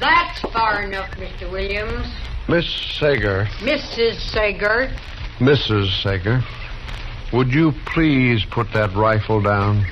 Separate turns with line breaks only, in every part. That's far enough, Mr. Williams.
Miss Sager,
Mrs. Sager,
Mrs. Sager, would you please put that rifle down?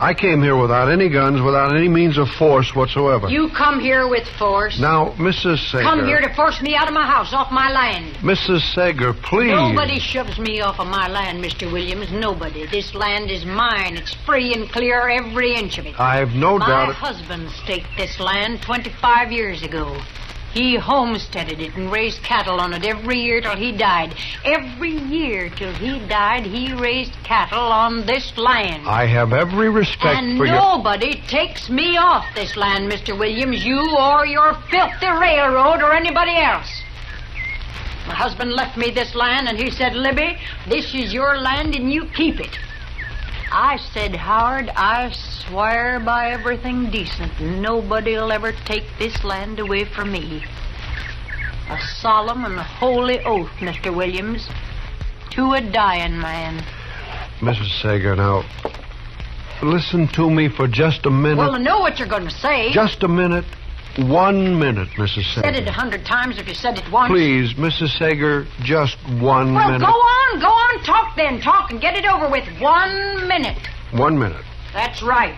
I came here without any guns, without any means of force whatsoever.
you come here with force.
Now, Mrs. Sager.
Come here to force me out of my house, off my land.
Mrs. Sager, please.
Nobody shoves me off of my land, Mr. Williams. Nobody. This land is mine. It's free and clear, every inch of it.
I've no doubt.
my husband staked this land 25 years ago. He homesteaded it and raised cattle on it every year till he died. Every year till he died, he raised cattle on this land.
I have every respect
And
for your.
nobody takes me off this land, Mr. Williams, you or your filthy railroad or anybody else. My husband left me this land and he said, Libby, this is your land and you keep it. I said, Howard, I swear by everything decent, nobody'll ever take this land away from me. A solemn and holy oath, Mr. Williams, to a dying man.
Mrs. Sager, now. Listen to me for just a minute.
Well, I know what you're going to say.
Just a minute. One minute, Mrs. Sager.
said it a hundred times if you said it once.
Please, Mrs. Sager, just one
Well,
minute.
go on, go on, talk then, talk and get it over with. One minute.
One minute.
That's right.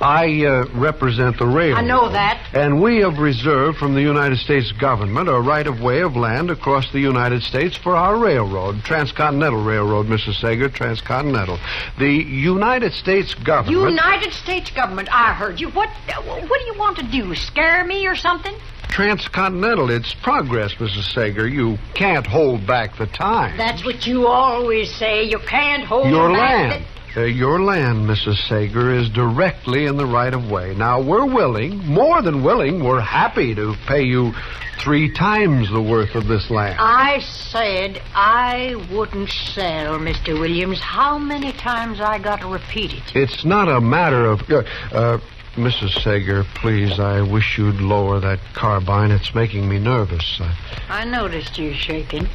I uh, represent the railroad.
I know that.
And we have reserved from the United States government a right of way of land across the United States for our railroad, Transcontinental Railroad, Mrs. Sager, Transcontinental. The United States government.
United States government, I heard you. What, what do you want to do? Scare me or something?
Transcontinental, it's progress, Mrs. Sager. You can't hold back the time.
That's what you always say. You can't hold
Your
back
land. Uh, your land, Mrs. Sager, is directly in the right of way. Now, we're willing, more than willing, we're happy to pay you three times the worth of this land.
I said I wouldn't sell, Mr. Williams. How many times I got to repeat it?
It's not a matter of. Uh, uh, Mrs. Sager, please, I wish you'd lower that carbine. It's making me nervous. Uh,
I noticed you shaking.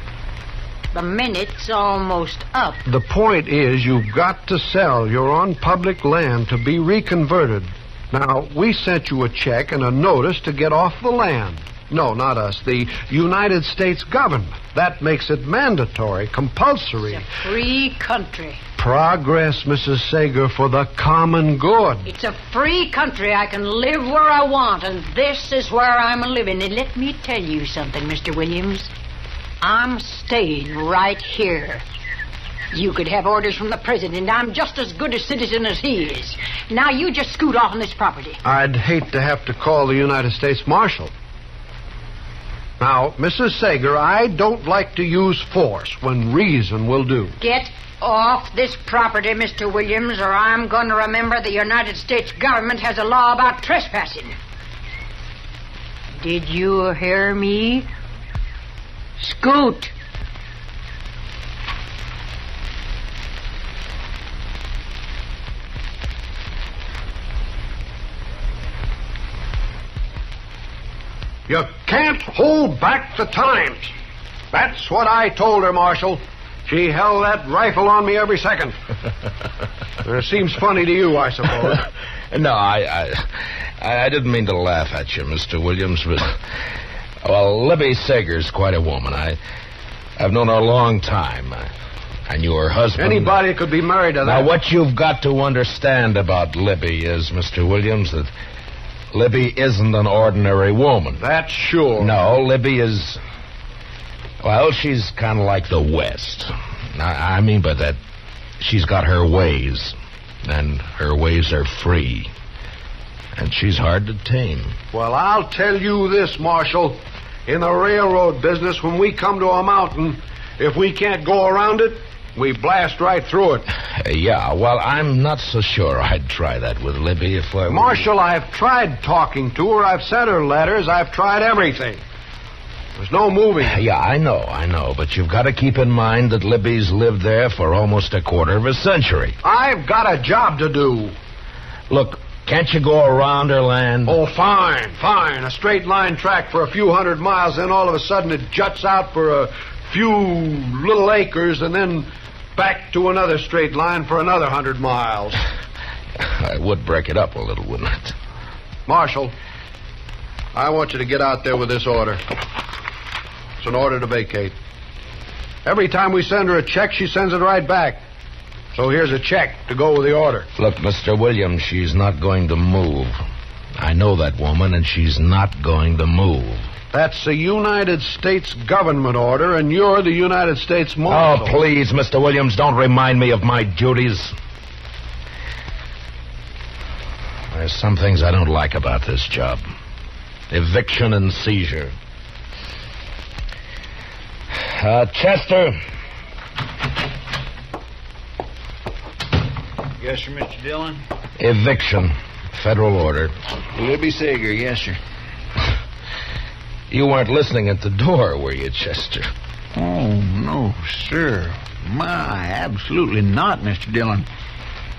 The minute's almost up.
the point is, you've got to sell. You're on public land to be reconverted. Now, we sent you a check and a notice to get off the land. No, not us. The United States government. That makes it mandatory, compulsory.
It's a free country.
Progress, Mrs. Sager, for the common good.
It's a free country. I can live where I want, and this is where I'm living. And let me tell you something, Mr. Williams. I'm staying right here. You could have orders from the president. I'm just as good a citizen as he is. Now you just scoot off on this property.
I'd hate to have to call the United States Marshal. Now, Mrs. Sager, I don't like to use force when reason will do.
Get off this property, Mr. Williams, or I'm going to remember the United States government has a law about trespassing. Did you hear me? Scoot.
You can't hold back the times. That's what I told her, Marshal. She held that rifle on me every second. it seems funny to you, I suppose.
no, I, I, I didn't mean to laugh at you, Mr. Williams, but well, Libby Sager's quite a woman. I, I've known her a long time. I, And your husband.
Anybody could be married to that.
Now, what you've got to understand about Libby is, Mr. Williams, that Libby isn't an ordinary woman.
That's sure.
No, Libby is. Well, she's kind of like the West. I, I mean by that, she's got her ways, and her ways are free. And she's hard to tame.
Well, I'll tell you this, Marshal. In the railroad business, when we come to a mountain, if we can't go around it, we blast right through it.
Uh, yeah, well, I'm not so sure I'd try that with Libby if I were.
Marshal, I've tried talking to her. I've sent her letters. I've tried everything. There's no moving.
Yeah, I know, I know, but you've got to keep in mind that Libby's lived there for almost a quarter of a century.
I've got a job to do.
Look, can't you go around her land?
Oh, fine, fine. A straight line track for a few hundred miles, then all of a sudden it juts out for a few little acres, and then back to another straight line for another hundred miles.
I would break it up a little, wouldn't it?
Marshal, I want you to get out there with this order. It's an order to vacate. Every time we send her a check, she sends it right back. So here's a check to go with the order.
Look, Mr. Williams, she's not going to move. I know that woman, and she's not going to move.
That's a United States government order, and you're the United States Marshal.
Oh, please, Mr. Williams, don't remind me of my duties. There's some things I don't like about this job eviction and seizure. Uh, Chester.
Yes, sir, Mr. Dillon.
Eviction. Federal order.
Libby Sager, yes, sir.
You weren't listening at the door, were you, Chester?
Oh, no, sir. My, absolutely not, Mr. Dillon.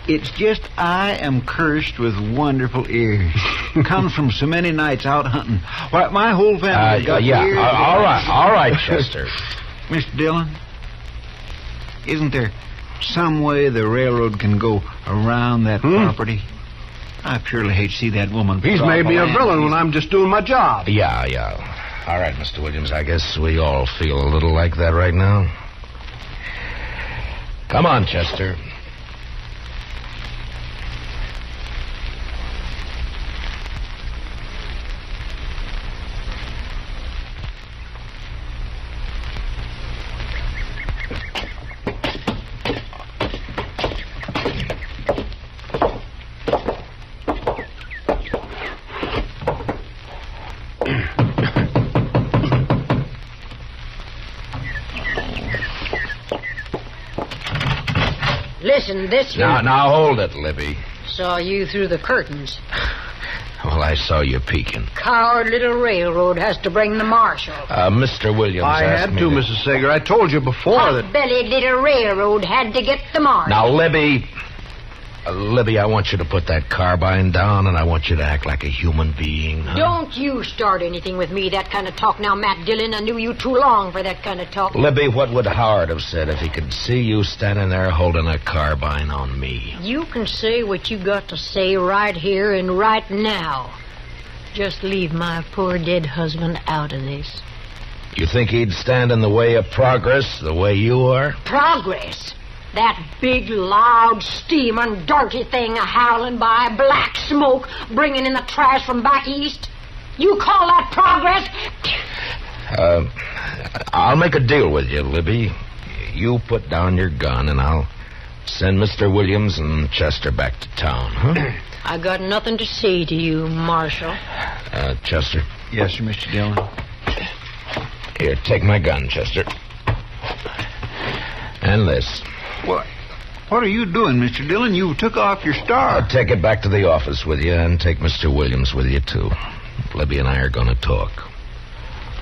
It's just I am cursed with wonderful ears. Comes from so many nights out hunting. Why, my whole family
Uh,
got
yeah.
ears.
Uh, all right, all right, Chester.
Mr. Dillon, isn't there some way the railroad can go around that property? I purely hate to see that woman.
He's
put
made
off
me a
land.
villain when I'm just doing my job.
Yeah, yeah. All right, Mr. Williams, I guess we all feel a little like that right now. Come on, Chester.
Listen, this here
Now, now hold it, Libby.
saw you through the curtains.
Well, I saw you peeking.
Coward little railroad has to bring the marshal.
Uh, Mr. Williams
I
asked
had
me
to, Mrs. Sager. I told you before that.
Hot-bellied little railroad had to get the marshal.
Now, Libby. Uh, Libby, I want you to put that carbine down, and I want you to act like a human being. huh?
Don't you start anything with me, that kind of talk now, Matt Dillon. I knew you too long for that kind of talk.
Libby, what would Howard have said if he could see you standing there holding a carbine on me?
You can say what you got to say right here and right now. Just leave my poor dead husband out of this.
You think he'd stand in the way of progress the way you are?
Progress. That big, loud, steaming, dirty thing a howling by, black smoke bringing in the trash from back east. You call that progress?
Uh, I'll make a deal with you, Libby. You put down your gun, and I'll send Mr. Williams and Chester back to town, huh?
I got nothing to say to you, Marshal.
uh, Chester.
Yes, sir, Mr. Dillon.
Here, take my gun, Chester. And this.
What? What are you doing, Mr. Dillon? You took off your star.
I'll take it back to the office with you and take Mr. Williams with you, too. Libby and I are going to talk.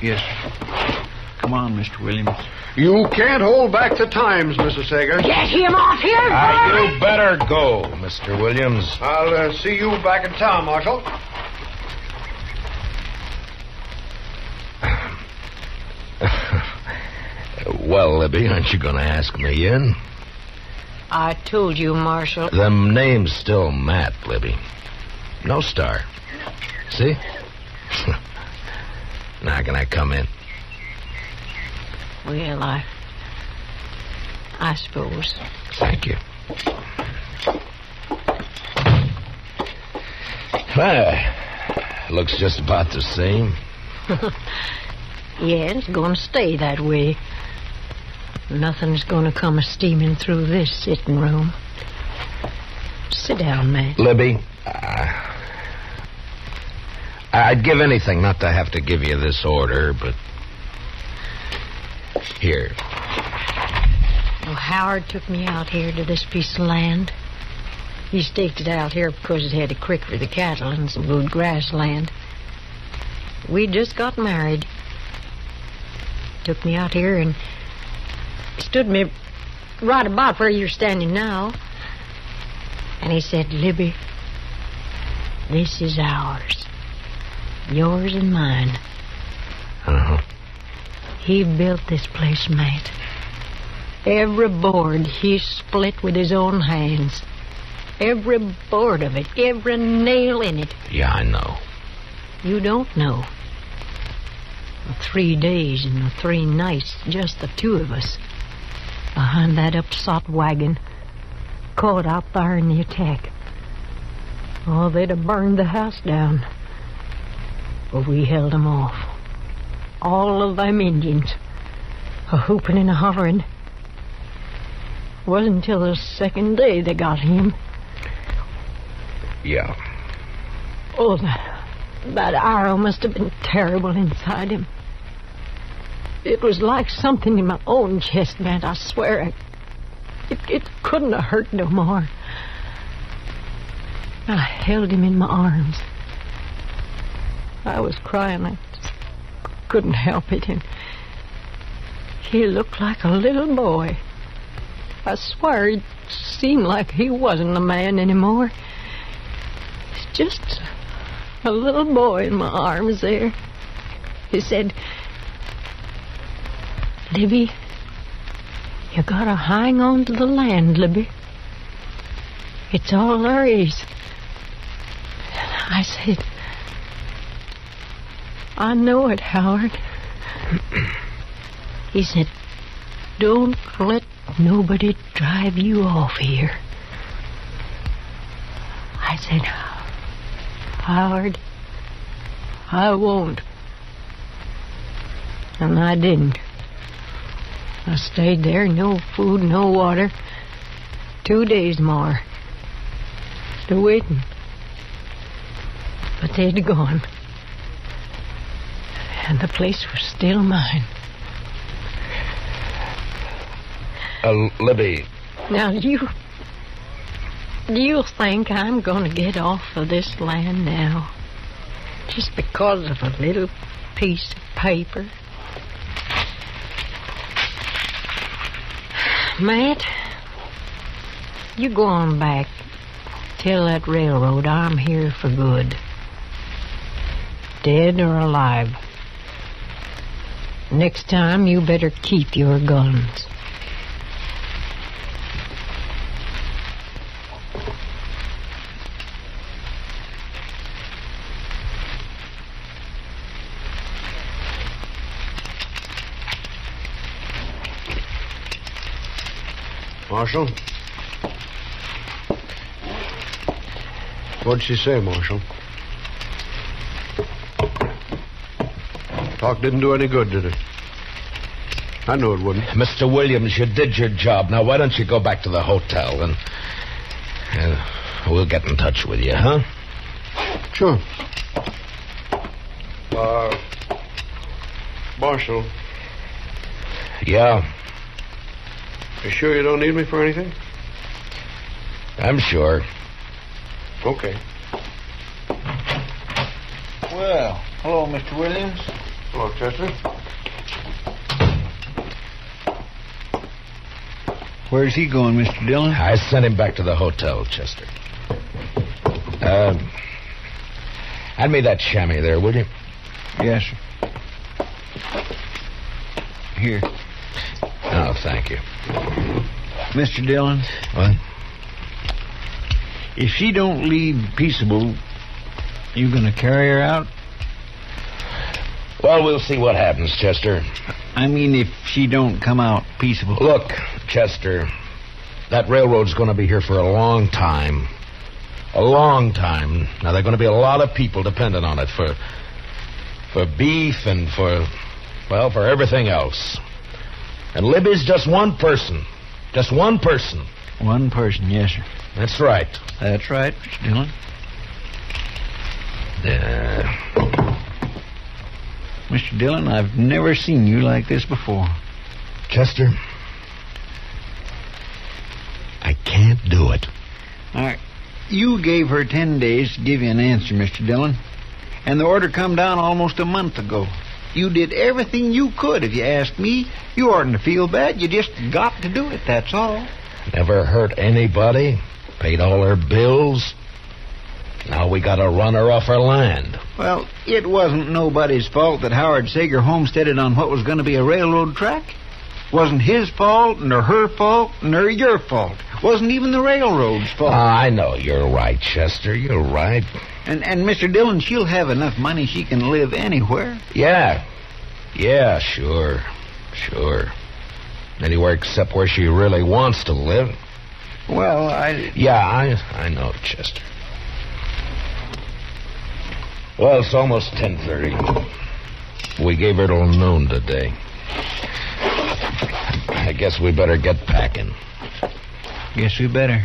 Yes. sir. Come on, Mr. Williams.
You can't hold back the times, Mrs. Sager.
Get him off here!
Uh,
varmint!
you better go, Mr. Williams.
I'll uh, see you back in town, Marshal.
Well, Libby, aren't you going to ask me in?
I told you, Marshal.
Them name's still Matt, Libby. No star. See? now, can I come in?
Well, I. I suppose.
Thank you. Well, looks just about the same.
Yeah, it's going to stay that way. Nothing's going to come a steaming through this sitting room. Sit down, Matt.
Libby, uh, I I'd give anything not to have to give you this order, but. Here.
Well, Howard took me out here to this piece of land. He staked it out here because it had a creek for the cattle and some good grassland. We just got married. Took me out here and stood me right about where you're standing now. And he said, Libby, this is ours. Yours and mine.
Uh-huh.
He built this place, mate. Every board he split with his own hands. Every board of it, every nail in it.
Yeah, I know.
You don't know. Three days and three nights, just the two of us. Behind that upsot wagon. Caught out there in the attack. Oh, they'd have burned the house down. But we held them off. All of them Indians. A hooping and a hollering. Wasn't until the second day they got him.
Yeah.
Oh, that, that arrow must have been terrible inside him. It was like something in my own chest, man. I swear, I, it, it couldn't have hurt no more. I held him in my arms. I was crying. I just couldn't help it. And he looked like a little boy. I swear, it seemed like he wasn't a man anymore. It's just a little boy in my arms there. He said, Libby, you gotta hang on to the land, Libby. It's all there is. I said, I know it, Howard. he said, Don't let nobody drive you off here. I said, Howard, I won't. And I didn't. I stayed there, no food, no water. Two days more. Still waiting. But they'd gone. And the place was still mine.
Uh, Libby,
Now, do you. Do you think I'm going to get off of this land now? Just because of a little piece of paper? Matt, you go on back. Tell that railroad I'm here for good. Dead or alive. Next time, you better keep your guns.
Marshal? What'd she say, Marshal? Talk didn't do any good, did it? I knew it wouldn't.
Mr. Williams, you did your job. Now, why don't you go back to the hotel and. and we'll get in touch with you, huh?
Sure. Uh, Marshal,
Yeah,
you sure you don't need me for anything?
I'm sure.
Okay.
Well, hello, Mr. Williams.
Hello, Chester.
Where's he going, Mr. Dillon?
I sent him back to the hotel, Chester. Um, hand me that chamois there, will you?
Yes, sir. Here.
Oh, thank you.
Mr. Dillon,
What?
if she don't leave peaceable, you gonna carry her out?
Well, we'll see what happens, Chester.
I mean, if she don't come out peaceable.
Look, Chester, that railroad's going to be here for a long time. A long time. Now, there are going to be a lot of people dependent on it for. for beef and for. well, for everything else. And Libby's just one person. Just one person.
One person, yes, sir.
That's right.
That's right, Mr. Dillon.
Yeah.
Mr. Dillon, I've never seen you like this before.
Chester, I can't do it.
All right. You gave her ten days to give you an answer, Mr. Dillon. And the order come down almost a month ago. You did everything you could, if you ask me. You oughtn't to feel bad. You just got to do it, that's all.
Never hurt anybody, paid all her bills. Now we gotta run her off her land.
Well, it wasn't nobody's fault that Howard Sager homesteaded on what was going to be a railroad track. Wasn't his fault, nor her fault, nor your fault. Wasn't even the railroad's fault.
Ah, I know you're right, Chester. You're right.
and and Mr. Dillon, she'll have enough money she can live anywhere.
Yeah. Yeah, sure. Sure. Anywhere except where she really wants to live.
Well, I
Yeah, I I know, Chester. Well, it's almost ten thirty. We gave her till noon today. I guess we better get packing.
guess we better.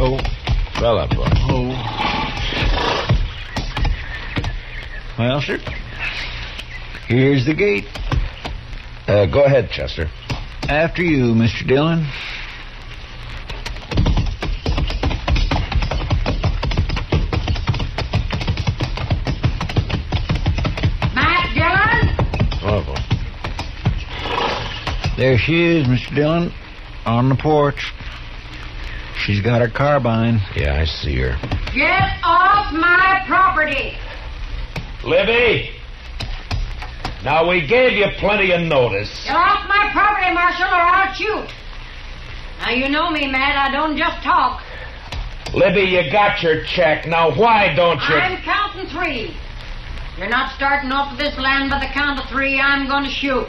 Oh,
Well, up, boy.
oh. Well, sir. Here's the gate.
Uh, go ahead, Chester.
After you, Mr. Dillon.
Matt Dillon?
Oh, boy.
There she is, Mr. Dillon, on the porch. She's got her carbine.
Yeah, I see her.
Get off my property.
Libby! Now, we gave you plenty of notice.
Get off my property, Marshal, or I'll shoot. Now, you know me, Matt. I don't just talk.
Libby, you got your check. Now, why don't
I'm counting three. If You're not starting off this land by the count of three. I'm going to shoot.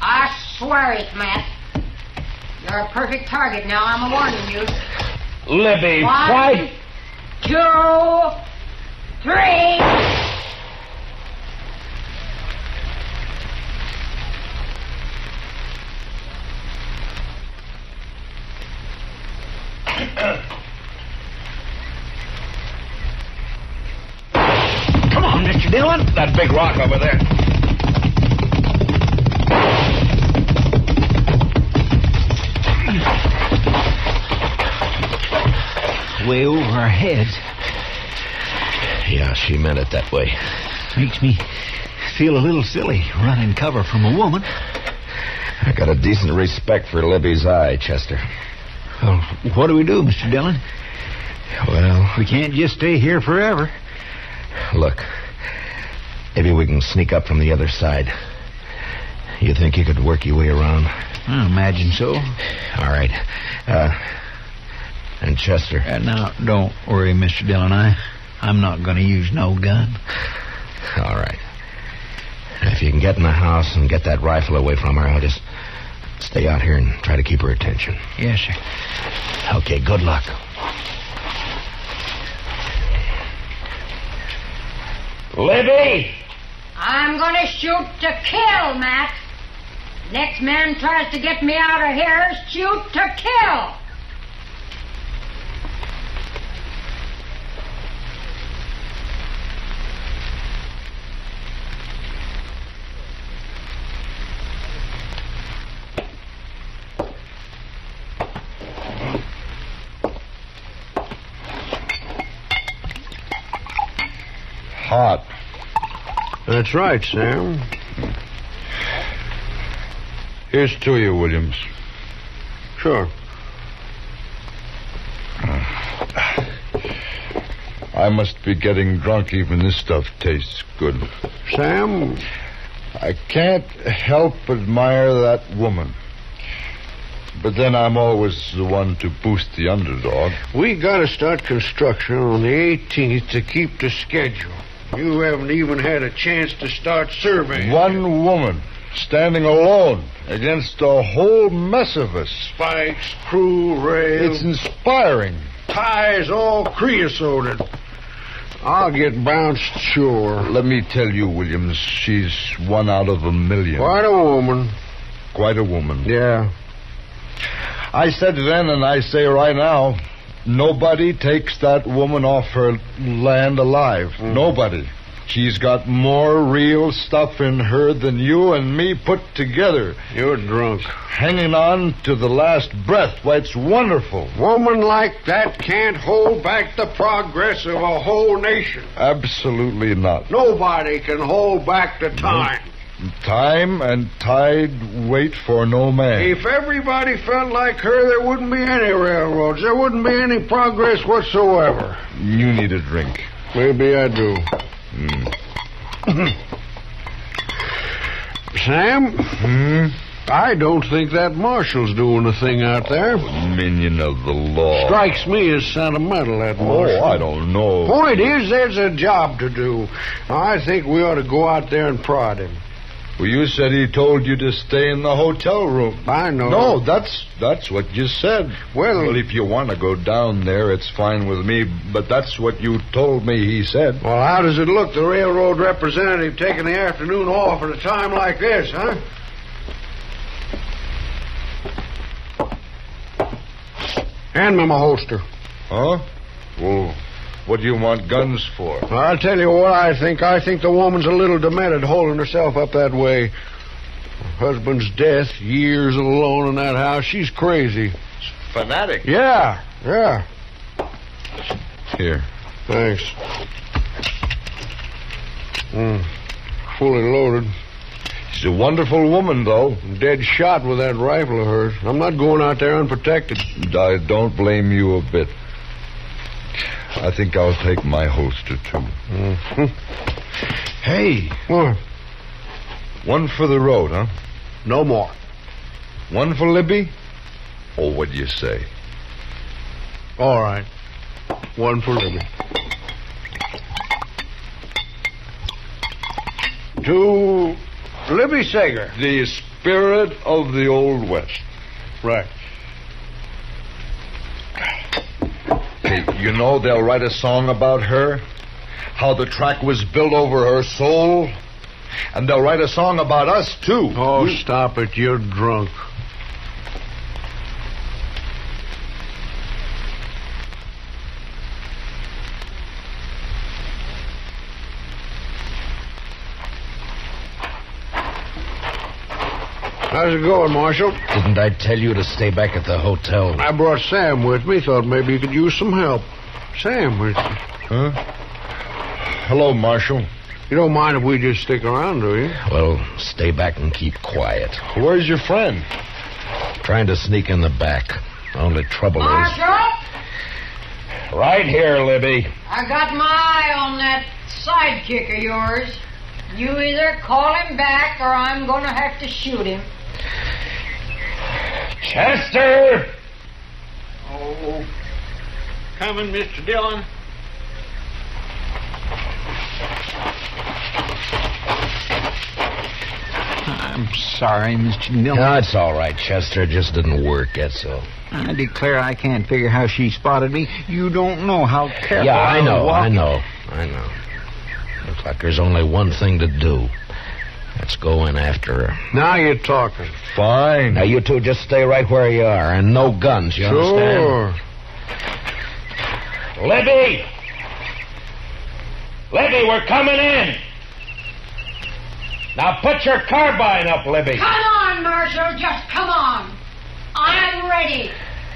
I swear it, Matt. You're a perfect target now. I'm warning you.
Libby,
One, two, three.
Come on, Mr. Dillon. That big rock over there.
Way over our heads.
Yeah, she meant it that way.
Makes me feel a little silly running cover from a woman.
I got a decent respect for Libby's eye, Chester.
Well, what do we do, Mr. Dillon?
Oh, Well,
We can't just stay here forever.
look. Maybe we can sneak up from the other side. You think you could work your way around?
I imagine so.
All right. Uh, and Chester.
Uh, now, don't worry, Mr. Dillon. I, I'm not going to use no gun.
All right. If you can get in the house and get that rifle away from her, I'll just stay out here and try to keep her attention.
Yes, sir.
Okay, good luck. Libby!
I'm going to shoot to kill, Matt. Next man tries to get me out of here, shoot to kill.
Hot.
That's right, Sam.
Here's to you, Williams.
Sure.
I must be getting drunk. Even this stuff tastes good.
Sam,
I can't help admire that woman.
But then I'm always the one to boost the underdog.
We gotta start construction on the 18th to keep the schedule. You haven't even had a chance to start surveying.
One woman standing alone against a whole mess of us.
Spikes, crew, rail.
It's inspiring.
Ties all creosoted. I'll get bounced, sure.
Let me tell you, Williams, she's one out of a million.
Quite a woman.
Quite a woman.
Yeah.
I said then, and I say right now, nobody takes that woman off her land alive.
Mm.
Nobody. She's got more real stuff in her than you and me put together.
You're drunk.
Hanging on to the last breath. Why, it's wonderful.
Woman like that can't hold back the progress of a whole nation.
Absolutely not.
Nobody can hold back the time.
Time and tide wait for no man.
If everybody felt like her, there wouldn't be any railroads. There wouldn't be any progress whatsoever.
You need a drink.
Maybe I do.
Hmm.
Sam?
Hmm?
I don't think that marshal's doing a thing out there.
Minion of the law.
Strikes me as sentimental, that marshal.
Oh, I don't know.
Point is, there's a job to do. I think we ought to go out there and prod him.
Well, you said he told you to stay in the hotel room.
I know.
No, that's that's what you said.
Well-
well, if you want to go down there, it's fine with me. But that's what you told me he said.
Well, how does it look, the railroad representative taking the afternoon off at a time like this, huh? Hand me my holster.
Huh?
Oh.
Well, what do you want guns for?
I'll tell you what I think. I think the woman's a little demented holding herself up that way. Husband's death, years alone in that house. She's crazy.
Fanatic.
Yeah, yeah.
Here.
Thanks. Mm. Fully loaded.
She's a wonderful woman, though.
Dead shot with that rifle of hers. I'm not going out there unprotected.
I don't blame you a bit. I think I'll take my holster too.
Mm-hmm.
Hey,
What?
one for the road, huh?
No more.
One for Libby? Or what do you say?
All right. One for Libby. To Libby Sager.
The spirit of the Old West.
Right.
Hey, you know they'll write a song about her? How the track was built over her soul? And they'll write a song about us, too.
Oh, stop it. You're drunk. How's it going, Marshal?
Didn't I tell you to stay back at the hotel?
I brought Sam with me. Thought maybe you could use some help. Sam, we-
Huh? Hello, Marshal.
you don't mind if we just stick around, do you?
Well, stay back and keep quiet.
Where's your friend?
Trying to sneak in the back. Only trouble is.
Marshal,
Right here, Libby.
I got my eye on that sidekick of yours. You either call him back or I'm going to have to shoot him.
Chester!
Oh. Coming, Mr. Dillon.
I'm sorry, Mr. Dillon.
No, it's all right, Chester. It just didn't work, that's all.
I declare I can't figure how she spotted me. You don't know how careful
yeah, I know,
walk.
I know, I know. Looks like there's only one thing to do. Let's go in after her.
Now you're talking.
Fine.
Now, you two just stay right where you are, and no guns, you
Sure.
understand? Libby! Libby, we're coming in! Now put your carbine up, Libby!
Come on, Marshal, just come on. I'm ready.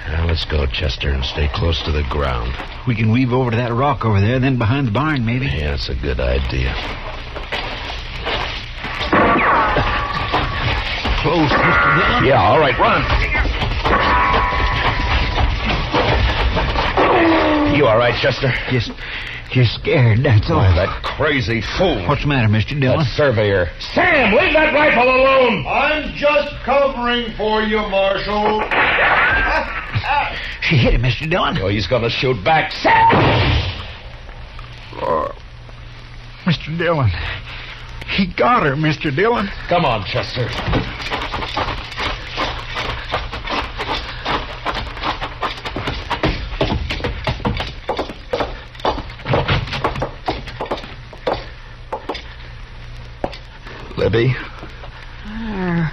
Now, let's go, Chester, and stay close to the ground.
We can weave over to that rock over there, then behind the barn, maybe.
Yeah, that's a good idea.
Close, Mr. Dillon.
Yeah, all right, run. You all right, Chester?
Just, just scared, that's all.
Why, that crazy fool.
What's the matter, Mr. Dillon?
That surveyor. Sam, leave that rifle alone!
I'm just covering for you, Marshal.
She hit him, Mr. Dillon.
Oh, he's gonna shoot back. Sam!
Mr. Dillon. He got her, Mr. Dillon.
Come on, Chester. Libby?
There. Ah,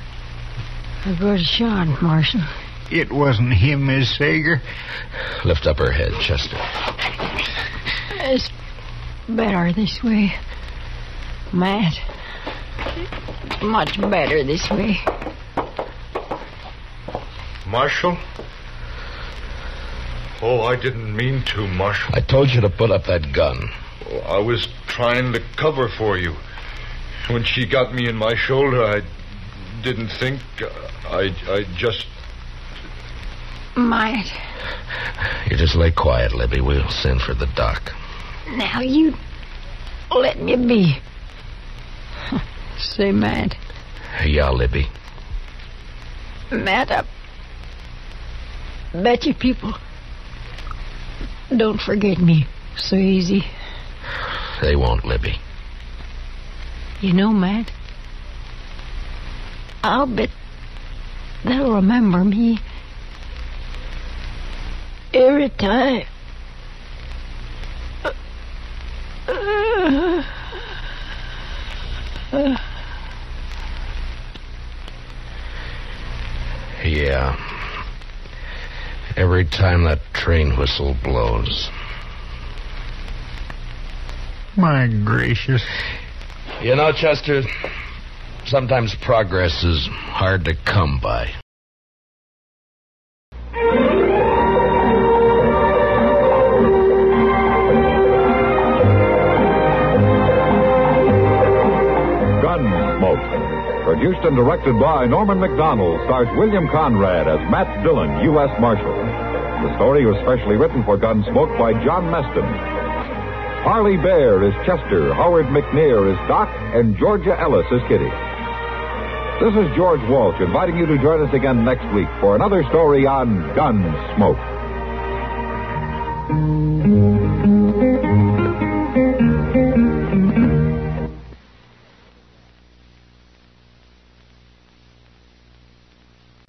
A good shot, Marshal.
It wasn't him, Miss Sager.
Lift up her head, Chester.
It's better this way. Matt. Much better this way.
Marshal? Oh, I didn't mean to, Marshal.
I told you to put up that gun.
Oh, I was trying to cover for you. When she got me in my shoulder, I didn't think. uh, I, I just.
Matt.
You just lay quiet, Libby. We'll send for the doc.
Now you let me be. Say, Matt.
Yeah, Libby.
Matt, I bet you people don't forget me so easy.
They won't, Libby.
You know, Matt, I'll bet they'll remember me every time.
Yeah. Every time that train whistle blows.
My gracious.
You know, Chester, sometimes progress is hard to come by.
Gunsmoke. Produced and directed by Norman McDonald, stars William Conrad as Matt Dillon, U.S. Marshal. The story was specially written for Gunsmoke by John Meston. Harley Bear is Chester, Howard McNear is Doc, and Georgia Ellis is Kitty. This is George Walsh inviting you to join us again next week for another story on Gunsmoke.